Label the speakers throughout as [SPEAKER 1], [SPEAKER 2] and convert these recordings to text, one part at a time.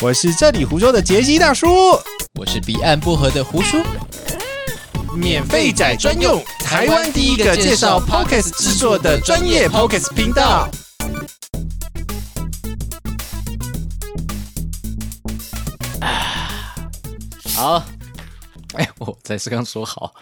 [SPEAKER 1] 我是这里胡说的杰西大叔，
[SPEAKER 2] 我是彼岸薄荷的胡叔，
[SPEAKER 1] 免费仔专用，台湾第一个介绍 Podcast 制作的专业 Podcast 频道。
[SPEAKER 2] 好，哎，我才是刚说好，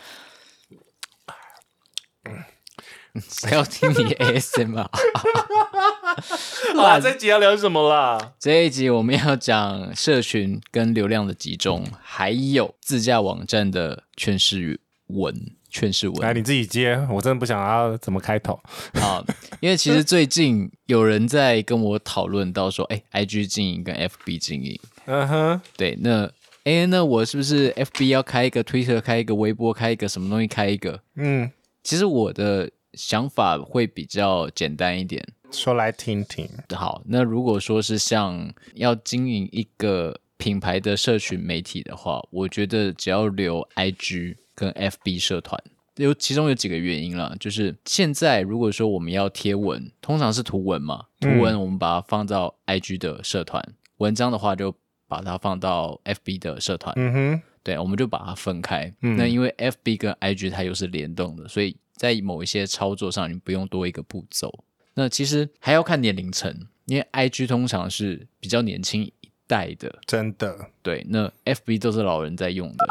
[SPEAKER 2] 谁要听你 ASMR？
[SPEAKER 1] 哇，这集要聊什么啦？
[SPEAKER 2] 这一集我们要讲社群跟流量的集中，还有自驾网站的劝世文。劝世
[SPEAKER 1] 来，
[SPEAKER 2] 文
[SPEAKER 1] 你自己接，我真的不想要怎么开头。
[SPEAKER 2] 啊，因为其实最近有人在跟我讨论到说，哎、i g 经营跟 FB 经营，
[SPEAKER 1] 嗯哼，
[SPEAKER 2] 对，那哎、那我是不是 FB 要开一个，Twitter 开一个，微博开一个，什么东西开一个？
[SPEAKER 1] 嗯，
[SPEAKER 2] 其实我的想法会比较简单一点。
[SPEAKER 1] 说来听听。
[SPEAKER 2] 好，那如果说是像要经营一个品牌的社群媒体的话，我觉得只要留 IG 跟 FB 社团，有其中有几个原因啦，就是现在如果说我们要贴文，通常是图文嘛，图文我们把它放到 IG 的社团，文章的话就把它放到 FB 的社团，
[SPEAKER 1] 嗯哼，
[SPEAKER 2] 对，我们就把它分开。
[SPEAKER 1] 嗯
[SPEAKER 2] 那因为 FB 跟 IG 它又是联动的，所以在某一些操作上，你不用多一个步骤。那其实还要看年龄层，因为 IG 通常是比较年轻一代的，
[SPEAKER 1] 真的，
[SPEAKER 2] 对，那 FB 都是老人在用的。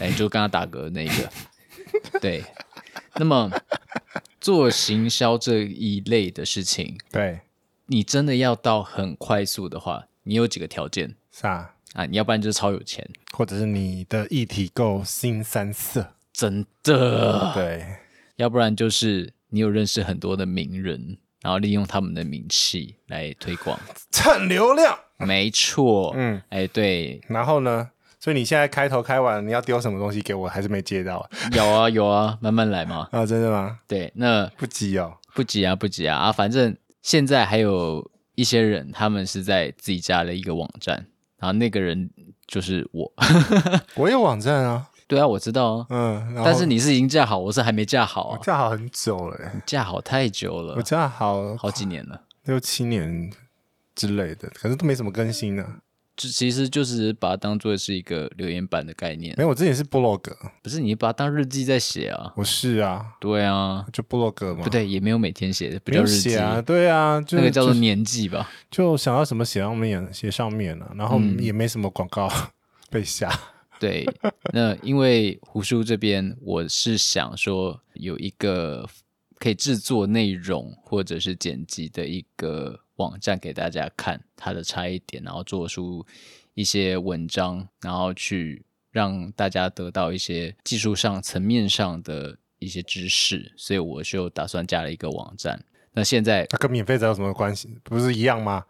[SPEAKER 2] 哎，就刚刚打嗝那一个，对。那么做行销这一类的事情，
[SPEAKER 1] 对，
[SPEAKER 2] 你真的要到很快速的话，你有几个条件
[SPEAKER 1] 啥？
[SPEAKER 2] 啊？你要不然就是超有钱，
[SPEAKER 1] 或者是你的议题够新三色？
[SPEAKER 2] 真的。
[SPEAKER 1] 对，
[SPEAKER 2] 要不然就是你有认识很多的名人，然后利用他们的名气来 推广。
[SPEAKER 1] 蹭流量。
[SPEAKER 2] 没错，
[SPEAKER 1] 嗯
[SPEAKER 2] 嗯，哎，对，
[SPEAKER 1] 然后呢？所以你现在开头开完，你要丢什么东西给我？还是没接到啊？
[SPEAKER 2] 有啊有啊，慢慢来嘛。
[SPEAKER 1] 啊，真的吗？
[SPEAKER 2] 对，那
[SPEAKER 1] 不急哦。
[SPEAKER 2] 不急啊不急啊啊，反正现在还有一些人，他们是在自己家的一个网站，然后那个人就是我。
[SPEAKER 1] 我有网站啊，
[SPEAKER 2] 对啊，我知道啊，
[SPEAKER 1] 嗯，然后
[SPEAKER 2] 但是你是已经嫁好，我是还没嫁好
[SPEAKER 1] 我
[SPEAKER 2] 啊，
[SPEAKER 1] 架好很久了欸、
[SPEAKER 2] 嫁好太久了
[SPEAKER 1] 我，架好
[SPEAKER 2] 好几年了。
[SPEAKER 1] 六七年之类的，可是都没怎么更新啊呢、
[SPEAKER 2] 就其实就是把它当做是一个留言板的概念
[SPEAKER 1] 没，有，我之前是部落格，
[SPEAKER 2] 不是你把它当日记在写啊。
[SPEAKER 1] 我是啊，
[SPEAKER 2] 对啊，
[SPEAKER 1] 就部落格嘛，
[SPEAKER 2] 不，对，也没有每天写，比
[SPEAKER 1] 没
[SPEAKER 2] 较
[SPEAKER 1] 有
[SPEAKER 2] 日记
[SPEAKER 1] 写啊，对啊，就
[SPEAKER 2] 那个叫做
[SPEAKER 1] 就
[SPEAKER 2] 年纪吧。
[SPEAKER 1] 就想要什么写上面写上面了、然后
[SPEAKER 2] 嗯
[SPEAKER 1] 也没什么广告被下，
[SPEAKER 2] 对，那因为胡叔这边，我是想说有一个可以制作内容或者是剪辑的一个网站给大家看它的差异点，然后做出一些文章，然后去让大家得到一些技术上层面上的一些知识，所以我就打算加了一个网站。那现在
[SPEAKER 1] 那跟免费仔有什么关系？不是一样吗？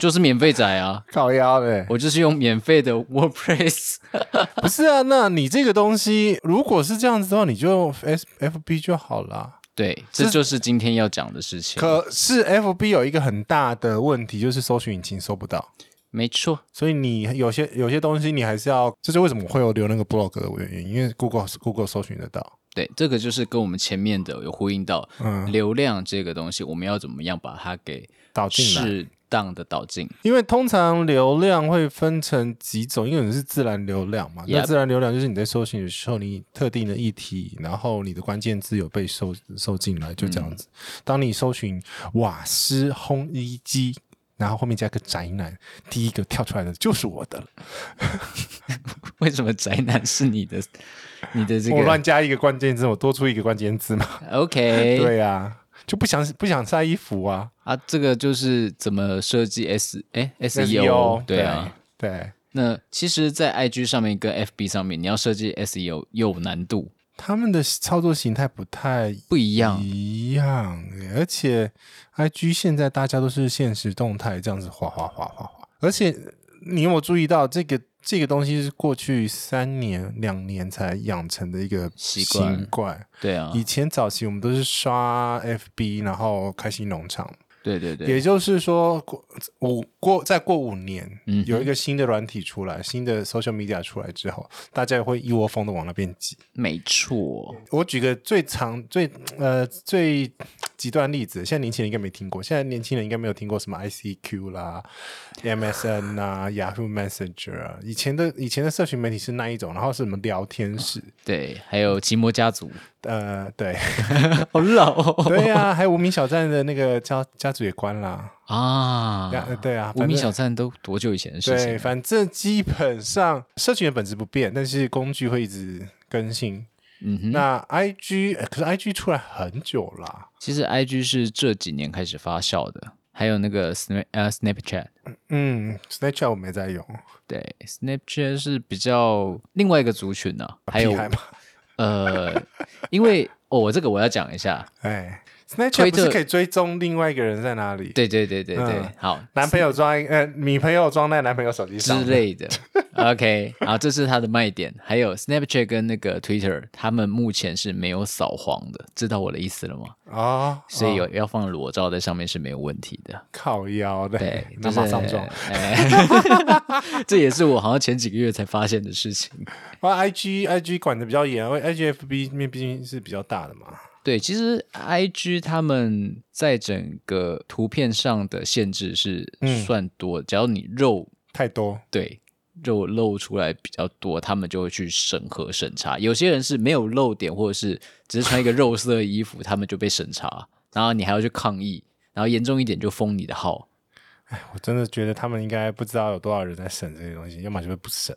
[SPEAKER 2] 就是免费仔啊，
[SPEAKER 1] 靠腰嘞、
[SPEAKER 2] 我就是用免费的 WordPress，
[SPEAKER 1] 不是啊，那你这个东西如果是这样子的话，你就 S F B 就好了。
[SPEAKER 2] 对，这就是今天要讲的事情。
[SPEAKER 1] 可是 F B 有一个很大的问题，就是搜索引擎搜不到。
[SPEAKER 2] 没错，
[SPEAKER 1] 所以你有些有些东西你还是要，这是为什么会有留那个 blog 的原因，因为 Google Google 搜寻得到。
[SPEAKER 2] 对，这个就是跟我们前面的有呼应到，
[SPEAKER 1] 嗯
[SPEAKER 2] 流量这个东西，我们要怎么样把它给
[SPEAKER 1] 导进来
[SPEAKER 2] 适当的导进？
[SPEAKER 1] 因为通常流量会分成几种，一种是自然流量嘛，那
[SPEAKER 2] Yep
[SPEAKER 1] 自然流量就是你在搜寻的时候，你特定的议题，然后你的关键字有被搜搜进来，就这样子。当你搜寻瓦斯烘衣机，然后后面加个宅男，第一个跳出来的就是我的了。
[SPEAKER 2] 为什么宅男是你的？你的这
[SPEAKER 1] 我
[SPEAKER 2] 个
[SPEAKER 1] 乱加一个关键字，我多出一个关键字嘛？
[SPEAKER 2] OK
[SPEAKER 1] 对啊，就不想不想晒衣服啊。
[SPEAKER 2] 啊，这个就是怎么设计 S 哎
[SPEAKER 1] SEO，
[SPEAKER 2] SEO 对啊。
[SPEAKER 1] E 对，
[SPEAKER 2] 那其实，在 IG 上面跟 FB 上面，你要设计 SEO 有难度，
[SPEAKER 1] 他们的操作形态不太
[SPEAKER 2] 不一样。
[SPEAKER 1] 一样欸，而且 I G 现在大家都是现实动态这样子滑滑滑滑滑，而且你有没有注意到这个这个东西是过去三年两年才养成的一个
[SPEAKER 2] 习惯
[SPEAKER 1] 惯嗯
[SPEAKER 2] 对啊，
[SPEAKER 1] 以前早期我们都是刷 FB，然后开心农场，
[SPEAKER 2] 对对对，
[SPEAKER 1] 也就是说，过五过再过五年，
[SPEAKER 2] 嗯
[SPEAKER 1] 有一个新的软体出来，新的 social media 出来之后，大家也会一窝蜂的往那边挤。
[SPEAKER 2] 没错，
[SPEAKER 1] 我举个最常最呃最极端例子，现在年轻人应该没听过，现在年轻人应该没有听过什么 ICQ 啦、MSN 啊、Yahoo Messenger 啊，以前的以前的社群媒体是那一种，然后是什么聊天室，
[SPEAKER 2] 对，还有奇摩 家族，
[SPEAKER 1] 呃， 对
[SPEAKER 2] 好老哦
[SPEAKER 1] 对呀、还有无名小站的那个家家族也关啦，
[SPEAKER 2] 啊
[SPEAKER 1] 呀呃对啊
[SPEAKER 2] 无
[SPEAKER 1] 反
[SPEAKER 2] 名
[SPEAKER 1] 正
[SPEAKER 2] 小站都多久以前的事情啊
[SPEAKER 1] 对，
[SPEAKER 2] 了？
[SPEAKER 1] 反正基本上社群的本质不变，但是工具会一直更新。
[SPEAKER 2] 嗯哼，
[SPEAKER 1] 那 I G 呃可是 I G 出来很久啊啦，
[SPEAKER 2] 其实 IG 是这几年开始发酵的，还有那个 Snap 呃 Snapchat，
[SPEAKER 1] 嗯，Snapchat 我没在用，
[SPEAKER 2] 对，Snapchat 是比较另外一个族群呢、啊，还有
[SPEAKER 1] 屁孩嘛，
[SPEAKER 2] 呃，因为哦，我这个我要讲一下，
[SPEAKER 1] 哎
[SPEAKER 2] 推
[SPEAKER 1] ，Snapchat 不
[SPEAKER 2] 特
[SPEAKER 1] 是可以追踪另外一个人在哪里？，
[SPEAKER 2] 对对对对对，
[SPEAKER 1] 嗯
[SPEAKER 2] 好
[SPEAKER 1] 男朋友装在呃，女朋友装在男朋友手机
[SPEAKER 2] 之
[SPEAKER 1] 上，
[SPEAKER 2] 类的，OK，好，这是它的卖点，还有 Snapchat 跟那个 Twitter，他们目前是没有扫黄的，知道我的意思了吗？
[SPEAKER 1] 哦，
[SPEAKER 2] 所以
[SPEAKER 1] 哦
[SPEAKER 2] 有要放裸照在上面是没有问题的。
[SPEAKER 1] 靠腰的，
[SPEAKER 2] 对，
[SPEAKER 1] 那
[SPEAKER 2] 就是
[SPEAKER 1] 马上装。
[SPEAKER 2] 哎 这也是我好像前几个月才发现的事情。
[SPEAKER 1] 哇，I G I G 管的比较严，因为 I G F B 面毕竟是比较大的嘛，
[SPEAKER 2] 对，其实 I G 他们在整个图片上的限制是
[SPEAKER 1] 嗯
[SPEAKER 2] 算多，只要你肉
[SPEAKER 1] 太多，
[SPEAKER 2] 对肉露出来比较多，他们就会去审核审查。有些人是没有露点，或者是只是穿一个肉色的衣服，他们就被审查，然后你还要去抗议，然后严重一点就封你的号。
[SPEAKER 1] 我真的觉得他们应该不知道有多少人在审这些东西，要么就是不审。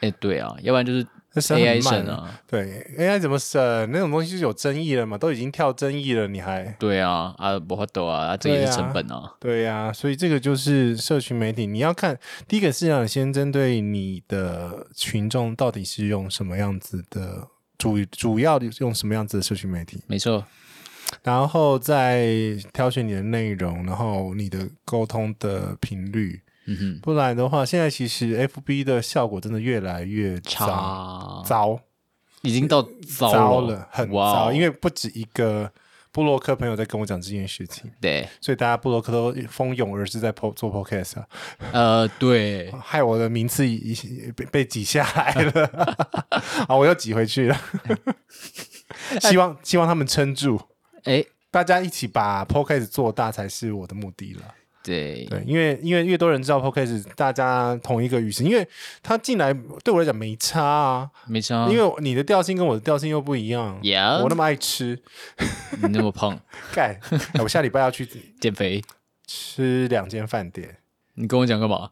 [SPEAKER 2] 哎，对啊，要不然就是
[SPEAKER 1] 那审很
[SPEAKER 2] AI
[SPEAKER 1] 慢
[SPEAKER 2] 审啊，
[SPEAKER 1] 对，AI 怎么审那种东西是有争议了嘛？都已经跳争议了，你还
[SPEAKER 2] 对啊，啊，不法抖啊，啊这也
[SPEAKER 1] 对
[SPEAKER 2] 是
[SPEAKER 1] 啊
[SPEAKER 2] 成本啊。
[SPEAKER 1] 对呀、所以这个就是社群媒体，你要看第一个是要先针对你的群众到底是用什么样子的主主要用什么样子的社群媒体，
[SPEAKER 2] 没错，
[SPEAKER 1] 然后再挑选你的内容，然后你的沟通的频率。
[SPEAKER 2] 嗯哼，
[SPEAKER 1] 不然的话，现在其实 FB 的效果真的越来越糟
[SPEAKER 2] 差
[SPEAKER 1] 糟。
[SPEAKER 2] 已经到糟
[SPEAKER 1] 糟了，很
[SPEAKER 2] 哇
[SPEAKER 1] 糟，
[SPEAKER 2] 哦
[SPEAKER 1] 因为不止一个布洛克朋友在跟我讲这件事情，
[SPEAKER 2] 对，
[SPEAKER 1] 所以大家布洛克都蜂拥而至在 po 做 podcast 啊，
[SPEAKER 2] 呃，对，
[SPEAKER 1] 害我的名次一一被被挤下来了， 啊，我又挤回去了， 希望希望他们撑住。
[SPEAKER 2] 哎，
[SPEAKER 1] 大家一起把 podcast 做大才是我的目的了。
[SPEAKER 2] 对，
[SPEAKER 1] 对，因为因为越多人知道 podcast，大家同一个语境，因为他进来对我来讲没差啊，
[SPEAKER 2] 没错，
[SPEAKER 1] 因为你的调性跟我的调性又不一样。
[SPEAKER 2] 呀
[SPEAKER 1] 我，那么爱吃，
[SPEAKER 2] 你那么胖，
[SPEAKER 1] 干、哎我下礼拜要去
[SPEAKER 2] 减肥，
[SPEAKER 1] 吃两间饭店，
[SPEAKER 2] 你跟我讲干嘛？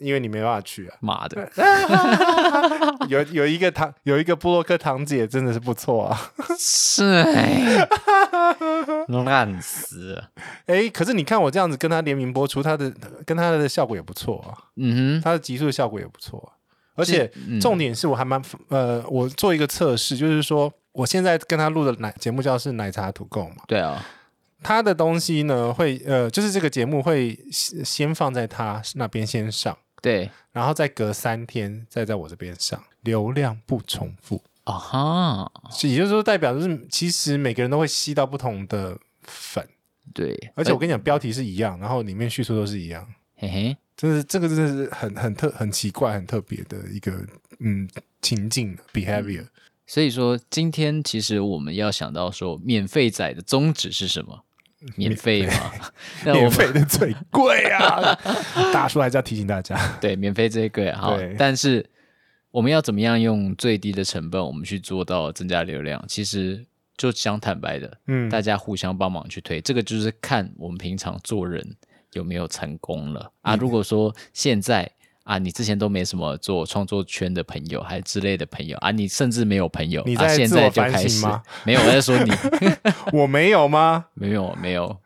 [SPEAKER 1] 因为你没办法去啊。
[SPEAKER 2] 妈的，哦
[SPEAKER 1] 有有一个堂，有一个布洛克堂姐真的是不错啊。
[SPEAKER 2] 是，哎烂死了，
[SPEAKER 1] 哎，可是你看我这样子跟她联名播出，她的跟她的效果也不错啊，
[SPEAKER 2] 嗯哼，
[SPEAKER 1] 她的集数的效果也不错啊、而且
[SPEAKER 2] 嗯
[SPEAKER 1] 重点是我还蛮呃，我做一个测试，就是说我现在跟她录的奶节目叫是奶茶土购嘛，
[SPEAKER 2] 对啊，
[SPEAKER 1] 她的东西呢会呃，就是这个节目会先先放在她那边先上。
[SPEAKER 2] 对，
[SPEAKER 1] 然后再隔三天再在我这边上，流量不重复，
[SPEAKER 2] 啊哈，
[SPEAKER 1] 是也就是说代表就是其实每个人都会吸到不同的粉，
[SPEAKER 2] 对，
[SPEAKER 1] 而且我跟你讲标题是一样，然后里面叙述都是一样，
[SPEAKER 2] 嘿嘿，
[SPEAKER 1] 真的是这个真的是很很特很奇怪很特别的一个嗯情境
[SPEAKER 2] 嗯
[SPEAKER 1] behavior，
[SPEAKER 2] 所以说今天其实我们要想到说，免费仔的宗旨是什么？免费嘛， 那我
[SPEAKER 1] 免
[SPEAKER 2] 们
[SPEAKER 1] 费的最贵 啊！大叔还是要提醒大家，
[SPEAKER 2] 对，免费这一个好
[SPEAKER 1] 对，
[SPEAKER 2] 但是我们要怎么样用最低的成本，我们去做到增加流量？其实就讲坦白的，
[SPEAKER 1] 嗯，
[SPEAKER 2] 大家互相帮忙去推，这个就是看我们平常做人有没有成功了啊。
[SPEAKER 1] 嗯
[SPEAKER 2] 如果说现在啊，你之前都没什么做创作圈的朋友，还之类的朋友啊，你甚至没有朋友，
[SPEAKER 1] 你
[SPEAKER 2] 啊、
[SPEAKER 1] 在
[SPEAKER 2] 现
[SPEAKER 1] 自
[SPEAKER 2] 在
[SPEAKER 1] 我
[SPEAKER 2] 就
[SPEAKER 1] 反
[SPEAKER 2] 开
[SPEAKER 1] 省
[SPEAKER 2] 始
[SPEAKER 1] 吗？
[SPEAKER 2] 没有，我在说你，
[SPEAKER 1] 我没有吗？
[SPEAKER 2] 没有，没有，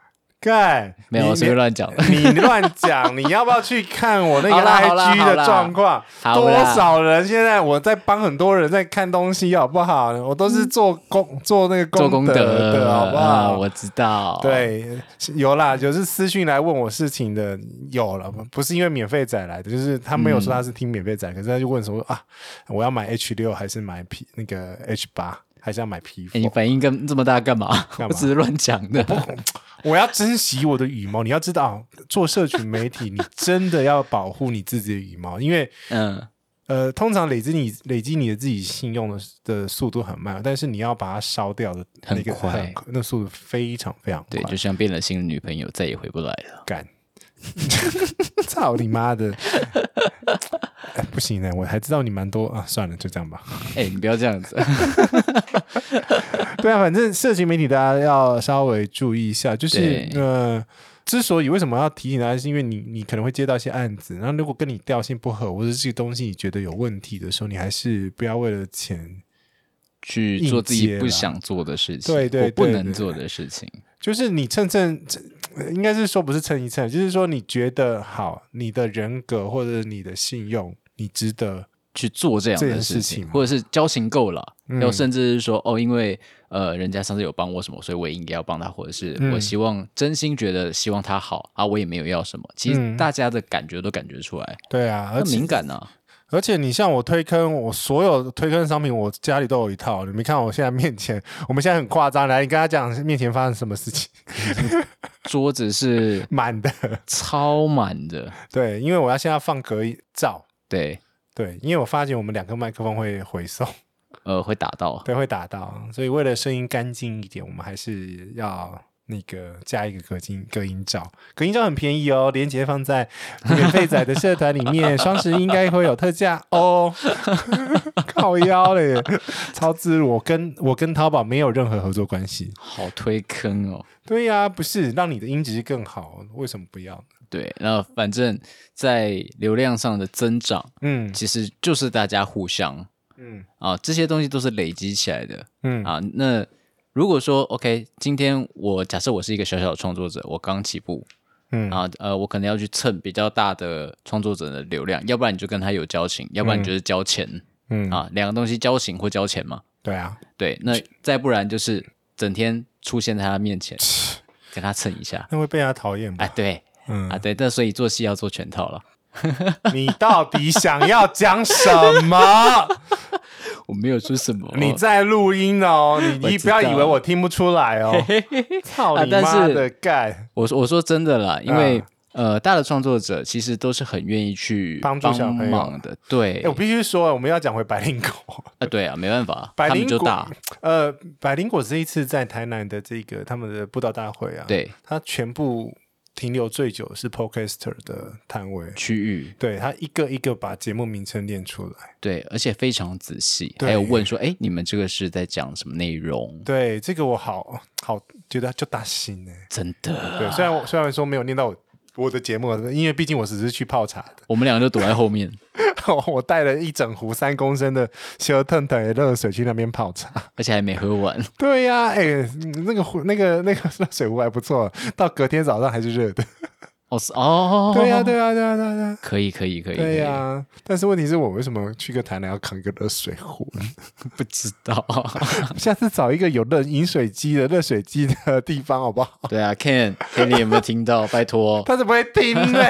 [SPEAKER 1] 盖
[SPEAKER 2] 没有，我随便乱讲。
[SPEAKER 1] 啊 你乱讲，你要不要去看我那个
[SPEAKER 2] 好啦好啦
[SPEAKER 1] IG 的状况？
[SPEAKER 2] 好啦
[SPEAKER 1] 多少人现在我在帮很多人在看东西，好不好？我都是做功做那个
[SPEAKER 2] 嗯做
[SPEAKER 1] 功
[SPEAKER 2] 功
[SPEAKER 1] 德的，好不
[SPEAKER 2] 啊
[SPEAKER 1] 好？
[SPEAKER 2] 我知道。，
[SPEAKER 1] 对，有啦，有是私讯来问我事情的，有了，不是因为免费仔来的，就是他没有说他是听免费仔，可是他就问说啊，我要买 H 六还是买 P 那个 H 八，还是要买 P
[SPEAKER 2] 哎，你
[SPEAKER 1] 4
[SPEAKER 2] 反应跟这么大干嘛？
[SPEAKER 1] 嘛
[SPEAKER 2] 我只是乱讲的。
[SPEAKER 1] 我要珍惜我的羽毛，你要知道，做社群媒体，你真的要保护你自己的羽毛，因为
[SPEAKER 2] 嗯，
[SPEAKER 1] 呃，通常累积你累积你的自己信用的的速度很慢，但是你要把它烧掉的那个
[SPEAKER 2] 很快
[SPEAKER 1] 那速度非常非常快。
[SPEAKER 2] 对，就像变了心的女朋友，再也回不来 了。
[SPEAKER 1] 干，操你妈 的！哎不行呢，我还知道你蛮多啊，算了，就这样吧。
[SPEAKER 2] 哎、你不要这样子。
[SPEAKER 1] 对啊，反正社群媒体大家要稍微注意一下，就是
[SPEAKER 2] 对
[SPEAKER 1] 呃，之所以为什么要提醒大家，是因为你你可能会接到一些案子，然后如果跟你调性不合，或者是这个东西你觉得有问题的时候，你还是不要为了钱。
[SPEAKER 2] 去做自己不想做的事情，
[SPEAKER 1] 对对
[SPEAKER 2] 或不
[SPEAKER 1] 对
[SPEAKER 2] 能
[SPEAKER 1] 对
[SPEAKER 2] 做的事情。
[SPEAKER 1] 就是你蹭蹭，蹭应该是说不是蹭一蹭，就是说你觉得好，你的人格或者你的信用，你值得
[SPEAKER 2] 去做这样
[SPEAKER 1] 这
[SPEAKER 2] 的
[SPEAKER 1] 件
[SPEAKER 2] 事
[SPEAKER 1] 事
[SPEAKER 2] 情，
[SPEAKER 1] 情吗
[SPEAKER 2] 或者是交情够了，
[SPEAKER 1] 嗯
[SPEAKER 2] 然后甚至是说哦，因为呃，人家上次有帮我什么，所以我也应该要帮他，或者是
[SPEAKER 1] 嗯
[SPEAKER 2] 我希望真心觉得希望他好啊，我也没有要什么。其
[SPEAKER 1] 嗯
[SPEAKER 2] 实大家的感觉都感觉出来，
[SPEAKER 1] 对啊，而
[SPEAKER 2] 很
[SPEAKER 1] 且
[SPEAKER 2] 敏感啊。
[SPEAKER 1] 而且你像我推坑，我所有推坑商品，我家里都有一套。你没看我现在面前， 我们现在很夸张，来，你跟他讲面前发生什么事情，
[SPEAKER 2] 桌子是
[SPEAKER 1] 满的。
[SPEAKER 2] 超满的，
[SPEAKER 1] 对，因为我要现在放隔音罩。
[SPEAKER 2] 对，
[SPEAKER 1] 对，因为我发觉我们两个麦克风会回送，
[SPEAKER 2] 呃，会打到。
[SPEAKER 1] 对，会打到，所以为了声音干净一点，我们还是要那个加一个隔音隔音罩。隔音罩很便宜哦，链接放在免费仔的社团里面，双十一应该会有特价哦。 靠腰嘞，超自我跟我跟淘宝没有任何合作关系。
[SPEAKER 2] 好推坑哦，
[SPEAKER 1] 对呀、不是让你的音质更好，为什么不要呢？
[SPEAKER 2] 对，那反正，在流量上的增长，
[SPEAKER 1] 嗯
[SPEAKER 2] 其实就是大家互相
[SPEAKER 1] 嗯
[SPEAKER 2] 啊，这些东西都是累积起来的。
[SPEAKER 1] 嗯
[SPEAKER 2] 啊，那如果说 OK，今天我假设我是一个小小的创作者，我刚起步
[SPEAKER 1] 嗯
[SPEAKER 2] 啊，呃，我可能要去蹭比较大的创作者的流量，要不然你就跟他有交情，要不然你就是交钱、
[SPEAKER 1] 嗯，
[SPEAKER 2] 啊，两个东西交情或交钱嘛。
[SPEAKER 1] 对啊，
[SPEAKER 2] 对，那再不然就是整天出现在他面前，跟他蹭一下。
[SPEAKER 1] 那会被人家讨厌吧？
[SPEAKER 2] 啊，对
[SPEAKER 1] 嗯
[SPEAKER 2] 啊，，对，那所以做戏要做全套了。
[SPEAKER 1] 你到底想要讲什么？
[SPEAKER 2] 我没有说什么，
[SPEAKER 1] 你在录音哦，你
[SPEAKER 2] 我
[SPEAKER 1] 你
[SPEAKER 2] 知
[SPEAKER 1] 不要以
[SPEAKER 2] 道
[SPEAKER 1] 为我听不出来 哦。操
[SPEAKER 2] 啊
[SPEAKER 1] 你
[SPEAKER 2] 但
[SPEAKER 1] 妈
[SPEAKER 2] 是
[SPEAKER 1] 的干！
[SPEAKER 2] 我说我说真的啦，因为、
[SPEAKER 1] 啊
[SPEAKER 2] 呃，大的创作者其实都是很愿意去
[SPEAKER 1] 帮助小朋友
[SPEAKER 2] 忙的，对
[SPEAKER 1] 哎，我必须说，我们要讲回百灵果。
[SPEAKER 2] 啊，对啊，没办法，
[SPEAKER 1] 百
[SPEAKER 2] 他们
[SPEAKER 1] 灵
[SPEAKER 2] 就
[SPEAKER 1] 果
[SPEAKER 2] 大，
[SPEAKER 1] 呃，百灵果这一次在台南的这个他们的布道大会啊，，
[SPEAKER 2] 对
[SPEAKER 1] 他全部停留最久是 Podcaster 的摊位，
[SPEAKER 2] 区域，
[SPEAKER 1] 对他一个一个把节目名称念出来。
[SPEAKER 2] 对，而且非常仔细，
[SPEAKER 1] 对
[SPEAKER 2] 还有问说，哎，你们这个是在讲什么内容？
[SPEAKER 1] 对，这个我好好觉得就打心呢。
[SPEAKER 2] 真 的，
[SPEAKER 1] 对，虽然我虽然说没有念到我我的节目，因为毕竟我只是去泡茶的。
[SPEAKER 2] 我们两个就躲在后面，
[SPEAKER 1] 我带了一整壶三公升的修腾腾的热水去那边泡茶。
[SPEAKER 2] 而且还没喝完，
[SPEAKER 1] 对呀、哎、嗯那个壶、那个、那个热水壶还不错，到隔天早上还是热的。
[SPEAKER 2] 哦是哦，
[SPEAKER 1] 对呀、啊对呀、对呀、对呀、
[SPEAKER 2] 可以可以可以，
[SPEAKER 1] 对啊呀、
[SPEAKER 2] 可
[SPEAKER 1] 但是问题是我为什么去个台南要扛个热水壶？
[SPEAKER 2] 以，不知道，
[SPEAKER 1] 下次找一个有热饮水机的热水机的地方好不好？
[SPEAKER 2] 对啊，Ken Ken，你有没有听到？拜托
[SPEAKER 1] 他是不会听的、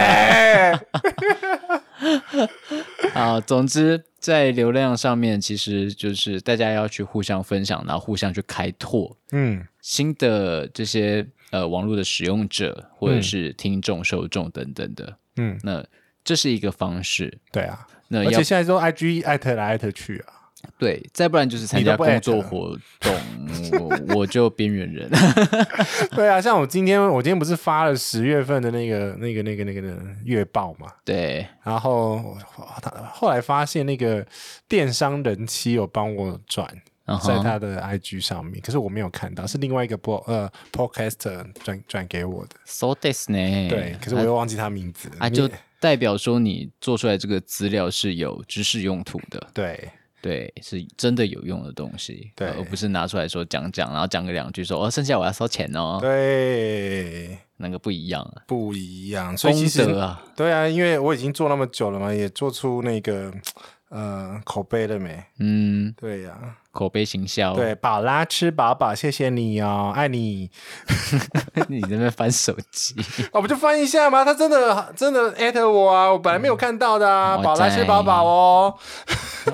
[SPEAKER 2] 啊，总之。在流量上面，其实就是大家要去互相分享，然后互相去开拓
[SPEAKER 1] 嗯
[SPEAKER 2] 新的这些呃网络的使用者或者
[SPEAKER 1] 嗯
[SPEAKER 2] 是听众、受众等等的。
[SPEAKER 1] 嗯，
[SPEAKER 2] 那这是一个方式。
[SPEAKER 1] 对啊，
[SPEAKER 2] 那
[SPEAKER 1] 而
[SPEAKER 2] 呃要
[SPEAKER 1] 且现在都 IG 艾特来艾特去啊。
[SPEAKER 2] 对，再不然就是参
[SPEAKER 1] 你都
[SPEAKER 2] 加
[SPEAKER 1] 不
[SPEAKER 2] 工
[SPEAKER 1] at
[SPEAKER 2] 作
[SPEAKER 1] 了
[SPEAKER 2] 活动，我我就边缘人。
[SPEAKER 1] 对啊，像我今天，我今天不是发了十月份的那个、那个、那个、那个的月报嘛？
[SPEAKER 2] 对，
[SPEAKER 1] 然后我后来发现那个电商人妻有帮我转
[SPEAKER 2] 然
[SPEAKER 1] 在
[SPEAKER 2] 后
[SPEAKER 1] 他的 IG 上面，可是我没有看到，是另外一个播呃 podcaster 转转给我的，
[SPEAKER 2] so this 呢？
[SPEAKER 1] 对，可是我又忘记他名字了
[SPEAKER 2] 啊，
[SPEAKER 1] 你
[SPEAKER 2] 嗯就代表说你做出来这个资料是有知识用途的，
[SPEAKER 1] 对
[SPEAKER 2] 对，是真的有用的东西，
[SPEAKER 1] 对
[SPEAKER 2] 而不是拿出来说讲讲，然后讲个两句说哦，剩下我要收钱哦，
[SPEAKER 1] 对
[SPEAKER 2] 那个不一样啊，
[SPEAKER 1] 不一样，所以
[SPEAKER 2] 功
[SPEAKER 1] 其实
[SPEAKER 2] 德啊，
[SPEAKER 1] 对啊，因为我已经做那么久了嘛，也做出那个呃口碑了没？
[SPEAKER 2] 嗯，
[SPEAKER 1] 对呀、
[SPEAKER 2] 口碑行销，啊
[SPEAKER 1] 对，宝拉吃饱饱，谢谢你哦，爱你。 哦
[SPEAKER 2] 你在那边翻手 机，
[SPEAKER 1] 我不就翻一下吗？他真的真的艾特我啊，我本来没有看到的啊，
[SPEAKER 2] 嗯
[SPEAKER 1] 宝拉
[SPEAKER 2] 我在
[SPEAKER 1] 吃饱饱哦。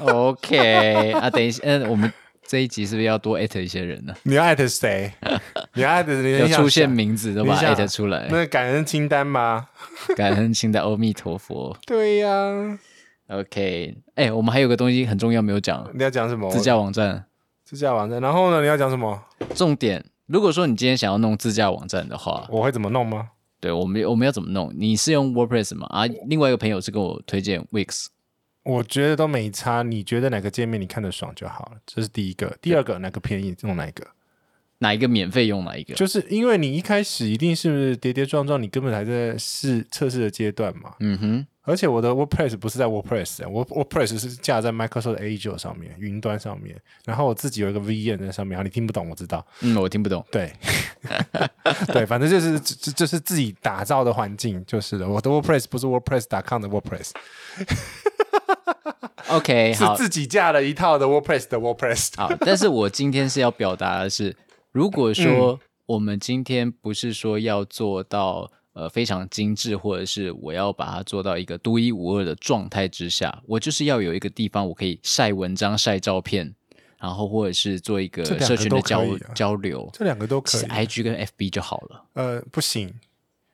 [SPEAKER 2] OK 啊，等一下，嗯，我们这一集是不是要多艾特一些人呢？
[SPEAKER 1] 你要艾特 谁？你要艾特你
[SPEAKER 2] 要
[SPEAKER 1] 想
[SPEAKER 2] 出现名字都把
[SPEAKER 1] 你
[SPEAKER 2] 它艾
[SPEAKER 1] 想
[SPEAKER 2] 特出来，
[SPEAKER 1] 那感恩清单吗？
[SPEAKER 2] 感恩亲的阿弥陀佛
[SPEAKER 1] 对呀、
[SPEAKER 2] OK，哎、我们还有个东西很重要没有讲，
[SPEAKER 1] 你要讲什么？
[SPEAKER 2] 自驾网站
[SPEAKER 1] 自驾网站，然后呢，你要讲什么？
[SPEAKER 2] 重点。如果说你今天想要弄自驾网站的话，
[SPEAKER 1] 我会怎么弄吗？
[SPEAKER 2] 对我们我们要怎么弄？你是用 WordPress 吗？啊，另外一个朋友是跟我推荐 Wix，
[SPEAKER 1] 我觉得都没差，你觉得哪个界面你看得爽就好了，这是第一个。第二个，哪个便宜用哪一个，
[SPEAKER 2] 哪一个免费用哪一个？
[SPEAKER 1] 就是因为你一开始一定是跌跌撞撞，你根本还在试测试的阶段嘛。
[SPEAKER 2] 嗯哼，
[SPEAKER 1] 而且我的 WordPress 不是在 WordPress，啊我 WordPress 是架在 Microsoft Azure 上面，云端上面，然后我自己有一个 VN 在上面，啊，你听不懂我知道，
[SPEAKER 2] 嗯，我听不懂。
[SPEAKER 1] 对， 对，反正就是这就是自己打造的环境就是了。我的 WordPress 不是 WordPress.com 的 WordPress，
[SPEAKER 2] OK，好
[SPEAKER 1] 是，自己架了一套的 WordPress 的 WordPress。
[SPEAKER 2] 好，但是我今天是要表达的是，如果
[SPEAKER 1] 嗯
[SPEAKER 2] 说我们今天不是说要做到呃非常精致，或者是我要把它做到一个独一无二的状态之下，我就是要有一个地方我可以晒文章、晒照片，然后或者是做一个
[SPEAKER 1] 这两个
[SPEAKER 2] 社群
[SPEAKER 1] 都
[SPEAKER 2] 的
[SPEAKER 1] 可
[SPEAKER 2] 交、
[SPEAKER 1] 以啊
[SPEAKER 2] 交流，
[SPEAKER 1] 这两个都可
[SPEAKER 2] 其实
[SPEAKER 1] 以，啊
[SPEAKER 2] IG 跟 FB 就好了，
[SPEAKER 1] 呃，不行，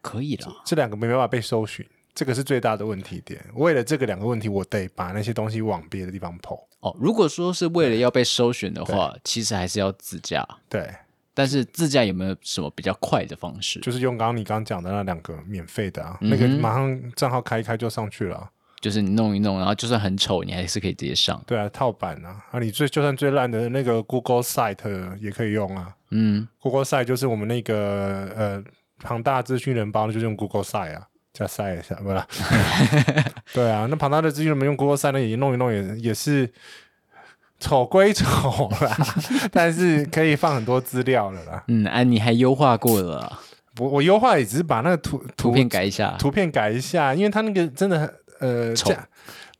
[SPEAKER 2] 可以啦。
[SPEAKER 1] 这两个没办法被搜寻，这个是最大的问题点。为了这个两个问题，我得把那些东西往别的地方抛。
[SPEAKER 2] 哦，如果说是为了要被搜寻的话，其实还是要自驾。
[SPEAKER 1] 对，
[SPEAKER 2] 但是自驾有没有什么比较快的方式？
[SPEAKER 1] 就是用刚刚你刚刚讲的那两个免费的啊，
[SPEAKER 2] 嗯哼
[SPEAKER 1] 那个马上账号开一开就上去了啊、
[SPEAKER 2] 就是你弄一弄，然后就算很丑，你还是可以直接上。
[SPEAKER 1] 对啊，套版啊，啊，你最就算最烂的那个 Google Site 也可以用啊。
[SPEAKER 2] 嗯，
[SPEAKER 1] Google Site 就是我们那个呃庞大资讯人包，就是用 Google Site 啊，加 Site 一下，不 啦。对啊，那庞大的资讯人们用 Google Site 那也弄一弄也也是丑归丑啦， 但是可以放很多资料了啦。
[SPEAKER 2] 嗯，哎、你还优化过 了啊，
[SPEAKER 1] 我我优化也只是把那个图
[SPEAKER 2] 图
[SPEAKER 1] 图
[SPEAKER 2] 片改一下。
[SPEAKER 1] 图片改一下，因为它那个真的很呃
[SPEAKER 2] 丑
[SPEAKER 1] 架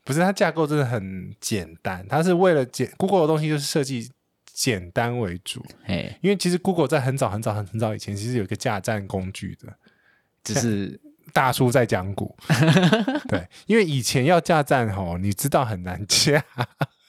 [SPEAKER 1] 不是它架构真的很简单，它是为了简 Google 的东西就是设计简单为主。
[SPEAKER 2] 哎，
[SPEAKER 1] 因为其实 Google 在很早很早很很早以前，其实有一个架站工具的，
[SPEAKER 2] 只 是
[SPEAKER 1] 大叔在讲 股。对，因为以前要架站吼，你知道很难架。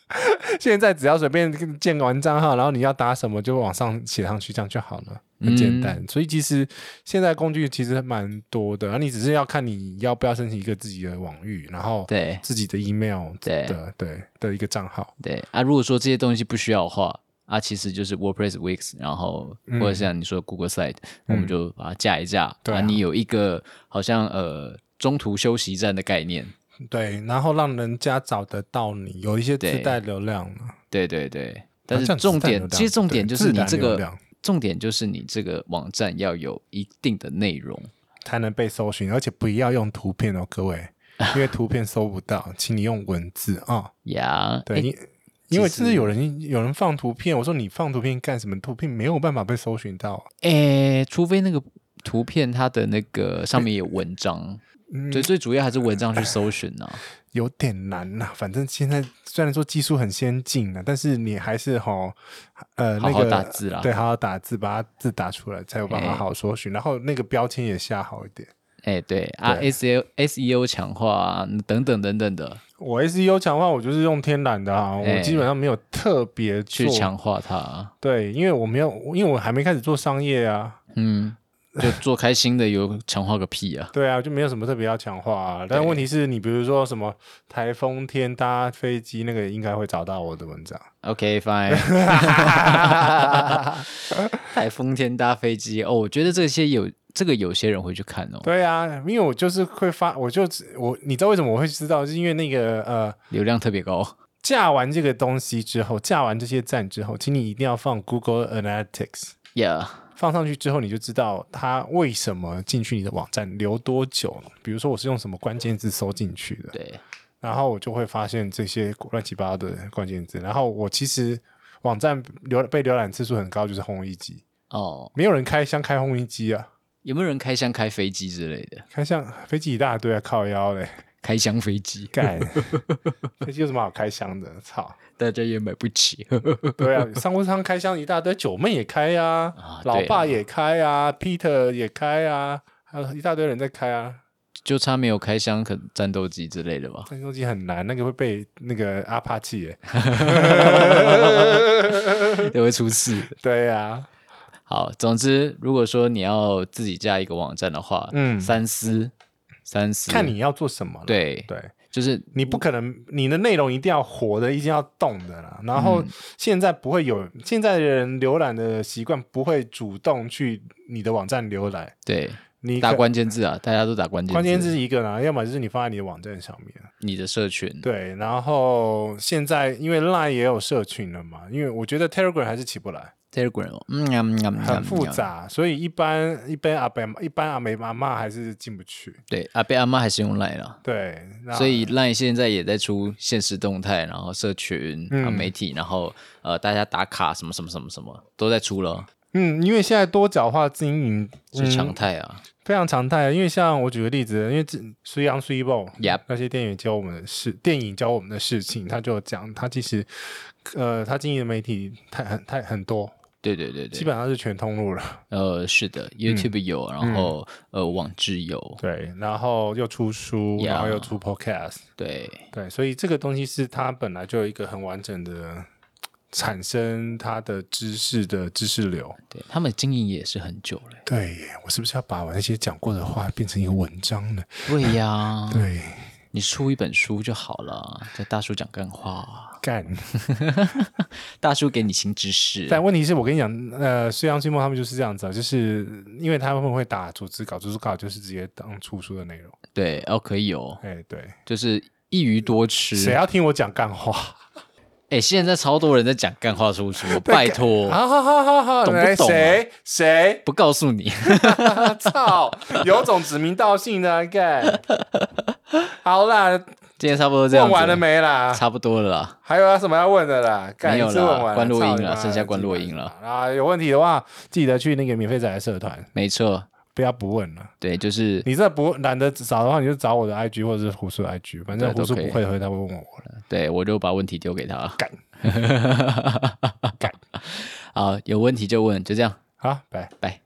[SPEAKER 1] 现在只要随便建完账号，然后你要打什么就往上写上去，这样就好了，
[SPEAKER 2] 嗯
[SPEAKER 1] 很简单。所以其实现在工具其实蛮多的，然后你只是要看你要不要申请一个自己的网域，然后
[SPEAKER 2] 对
[SPEAKER 1] 自己的 email
[SPEAKER 2] 对
[SPEAKER 1] 的对的一个账号。
[SPEAKER 2] 对啊。如果说这些东西不需要的话，啊，其实就是 WordPress、Wix，然后或者像你说的 Google Site，、我们就把它架一架。
[SPEAKER 1] 嗯对啊
[SPEAKER 2] 你有一个好像呃中途休息站的概念。
[SPEAKER 1] 对，然后让人家找得到你，有一些自
[SPEAKER 2] 对
[SPEAKER 1] 带流量了。
[SPEAKER 2] 对对对，
[SPEAKER 1] 啊
[SPEAKER 2] 但是
[SPEAKER 1] 这样子
[SPEAKER 2] 重
[SPEAKER 1] 才有
[SPEAKER 2] 点
[SPEAKER 1] 流量
[SPEAKER 2] 其实重点
[SPEAKER 1] 对
[SPEAKER 2] 就是
[SPEAKER 1] 自
[SPEAKER 2] 你
[SPEAKER 1] 然
[SPEAKER 2] 这
[SPEAKER 1] 流
[SPEAKER 2] 个
[SPEAKER 1] 量
[SPEAKER 2] 重点就是你这个网站要有一定的内容。
[SPEAKER 1] 才能被搜寻，而且不要用图片哦，各 位，因为图片搜不到，请你用文字啊、
[SPEAKER 2] 呀、
[SPEAKER 1] 对，
[SPEAKER 2] 诶
[SPEAKER 1] 因因为就是有人有人放图片，我说你放图片干什么？图片没有办法被搜寻到啊、
[SPEAKER 2] 诶，除非那个图片它的那个上面有文章，
[SPEAKER 1] 嗯
[SPEAKER 2] 对，最主要还是文章去搜寻呐、
[SPEAKER 1] 有点难呐、反正现在虽然说技术很先进了、但是你还是吼，呃，
[SPEAKER 2] 好
[SPEAKER 1] 那
[SPEAKER 2] 好
[SPEAKER 1] 个
[SPEAKER 2] 打字啦
[SPEAKER 1] 对，好好打字，把它字打出来，才有办法
[SPEAKER 2] 哎
[SPEAKER 1] 好好搜寻。然后那个标签也下好一点。
[SPEAKER 2] 哎，对啊
[SPEAKER 1] 对
[SPEAKER 2] ，SEO SEO 强化啊，等等等等的
[SPEAKER 1] 我 SEO 强化，我就是用天然的啊，
[SPEAKER 2] 哎
[SPEAKER 1] 我基本上没有特别
[SPEAKER 2] 去
[SPEAKER 1] 做
[SPEAKER 2] 强化它，
[SPEAKER 1] 对，因为我没有，因为我还没开始做商业啊，
[SPEAKER 2] 嗯，就做开心的有强化个屁啊！
[SPEAKER 1] 对啊，就没有什么特别要强化啊。但
[SPEAKER 2] 对
[SPEAKER 1] 问题是你比如说什么台风天搭飞机那个，应该会找到我的文章。
[SPEAKER 2] OK fine，台风天搭飞机哦，我觉得这些有这个有些人会去看哦，
[SPEAKER 1] 对啊，因为我就是会发，我就只我你知道为什么我会知道，是因为那个呃。
[SPEAKER 2] 流量特别高。
[SPEAKER 1] 架完这个东西之后，架完这些站之后，请你一定要放 Google Analytics，
[SPEAKER 2] Yeah，
[SPEAKER 1] 放上去之后，你就知道它为什么进去你的网站留多久。比如说，我是用什么关键字搜进去的，
[SPEAKER 2] 对，
[SPEAKER 1] 然后我就会发现这些乱七八糟的关键字。然后我其实网站浏被浏览次数很高，就是烘衣机，
[SPEAKER 2] 哦，
[SPEAKER 1] 没有人开箱开烘衣机啊，
[SPEAKER 2] 有没有人开箱开飞机之类的？
[SPEAKER 1] 开箱飞机一大堆啊，靠腰 嘞，
[SPEAKER 2] 开箱飞机，
[SPEAKER 1] 干，飞机有什么好开箱的？操！
[SPEAKER 2] 大家也买不起。
[SPEAKER 1] 对 啊，商务舱开箱一大堆，九妹也开啊，
[SPEAKER 2] 啊
[SPEAKER 1] 老
[SPEAKER 2] 对
[SPEAKER 1] 爸
[SPEAKER 2] 啊
[SPEAKER 1] 也开啊，Peter 也开啊，还有一大堆人在开啊。
[SPEAKER 2] 就差没有开箱可战斗机之类的 吧？
[SPEAKER 1] 战斗机很难，那个会被那个阿帕契 耶。
[SPEAKER 2] 都会出事。
[SPEAKER 1] 对啊，
[SPEAKER 2] 好，总之，如果说你要自己架一个网站的话，
[SPEAKER 1] 嗯
[SPEAKER 2] 三思，三思，
[SPEAKER 1] 看你要做什么了。
[SPEAKER 2] 对，
[SPEAKER 1] 对，
[SPEAKER 2] 就是
[SPEAKER 1] 你不可能，你的内容一定要活的，一定要动的啦。然后
[SPEAKER 2] 嗯
[SPEAKER 1] 现在不会有，现在的人浏览的习惯不会主动去你的网站浏览，
[SPEAKER 2] 对
[SPEAKER 1] 你
[SPEAKER 2] 打
[SPEAKER 1] 可
[SPEAKER 2] 关键字啊，大家都打关键字，
[SPEAKER 1] 关键字一个啦，要么就是你放在你的网站上面。
[SPEAKER 2] 你的社群，
[SPEAKER 1] 对，然后现在因为 Line 也有社群了嘛，因为我觉得 Telegram 还是起不来，
[SPEAKER 2] Telegram，哦嗯，嗯嗯
[SPEAKER 1] 很复。杂，所以一般一般阿北一般阿美阿妈还是进不去。
[SPEAKER 2] 对，阿贝阿妈还是用 Line 啦，
[SPEAKER 1] 对，那
[SPEAKER 2] 所以 Line 现在也在出现实动态，然后社群、
[SPEAKER 1] 嗯
[SPEAKER 2] 啊媒体，然后呃大家打卡什么什么什么什么都在出了，
[SPEAKER 1] 嗯，因为现在多角化经营
[SPEAKER 2] 是常
[SPEAKER 1] 嗯、
[SPEAKER 2] 态啊。
[SPEAKER 1] 非常常态。因为像我举个例子，因为虽阳虽报
[SPEAKER 2] Yep
[SPEAKER 1] 那些电影教我们的事，电影教我们的事情，他就有讲他其实呃他经营的媒体太很太很多，
[SPEAKER 2] 对对对对，
[SPEAKER 1] 基本嗯上是全通路了。
[SPEAKER 2] 呃是的，YouTube 有，然后
[SPEAKER 1] 嗯
[SPEAKER 2] 呃网志有，
[SPEAKER 1] 对，然后又出书
[SPEAKER 2] Yeah
[SPEAKER 1] 然后又出 podcast，
[SPEAKER 2] 对
[SPEAKER 1] 对，所以这个东西是它本来就有一个很完整的产生它的知识的知识流。
[SPEAKER 2] 对，他们经营也是很久 了。
[SPEAKER 1] 对耶，我是不是要把我那些讲过的话变成一个文章呢？
[SPEAKER 2] 对呀，
[SPEAKER 1] 对，
[SPEAKER 2] 你出一本书就好了，叫大叔讲干话，
[SPEAKER 1] 干。
[SPEAKER 2] 大叔给你新知识。
[SPEAKER 1] 但问题是我跟你讲，呃，虽阳、岁末他们就是这样子啊，就是因为他们会打组织稿，组织稿就是直接当出书的内容。
[SPEAKER 2] 对，哦可以哦，
[SPEAKER 1] 哎，对，
[SPEAKER 2] 就是一鱼多吃。
[SPEAKER 1] 谁啊要听我讲干话？
[SPEAKER 2] 哎、现在超多人在讲干话 输出，拜托，
[SPEAKER 1] 好好好好好，
[SPEAKER 2] 哦懂不
[SPEAKER 1] 来
[SPEAKER 2] 懂啊
[SPEAKER 1] 哎谁谁
[SPEAKER 2] 不告诉你。
[SPEAKER 1] 操，有种指名道姓的 干。好啦，
[SPEAKER 2] 今天差不多这样
[SPEAKER 1] 问
[SPEAKER 2] 子，
[SPEAKER 1] 完了没啊啦？
[SPEAKER 2] 差不多了啦。
[SPEAKER 1] 还有什么要问的啦？干
[SPEAKER 2] 没有
[SPEAKER 1] 一次问完
[SPEAKER 2] 啦，关录
[SPEAKER 1] 操
[SPEAKER 2] 音
[SPEAKER 1] 你妈
[SPEAKER 2] 了，
[SPEAKER 1] 的
[SPEAKER 2] 剩下关录音了。
[SPEAKER 1] 啊！有问题的话，记得去那个免费仔的社团，
[SPEAKER 2] 没错，
[SPEAKER 1] 不要不问了。
[SPEAKER 2] 对，就是
[SPEAKER 1] 你这不懒得找的话，你就找我的 IG 或者是胡叔的 IG，反正
[SPEAKER 2] 对都
[SPEAKER 1] 胡叔
[SPEAKER 2] 可以
[SPEAKER 1] 不会回，他会问我了。
[SPEAKER 2] 对我就把问题丢给他。
[SPEAKER 1] 干干
[SPEAKER 2] 好，有问题就问，就这样，
[SPEAKER 1] 好，拜。
[SPEAKER 2] 拜。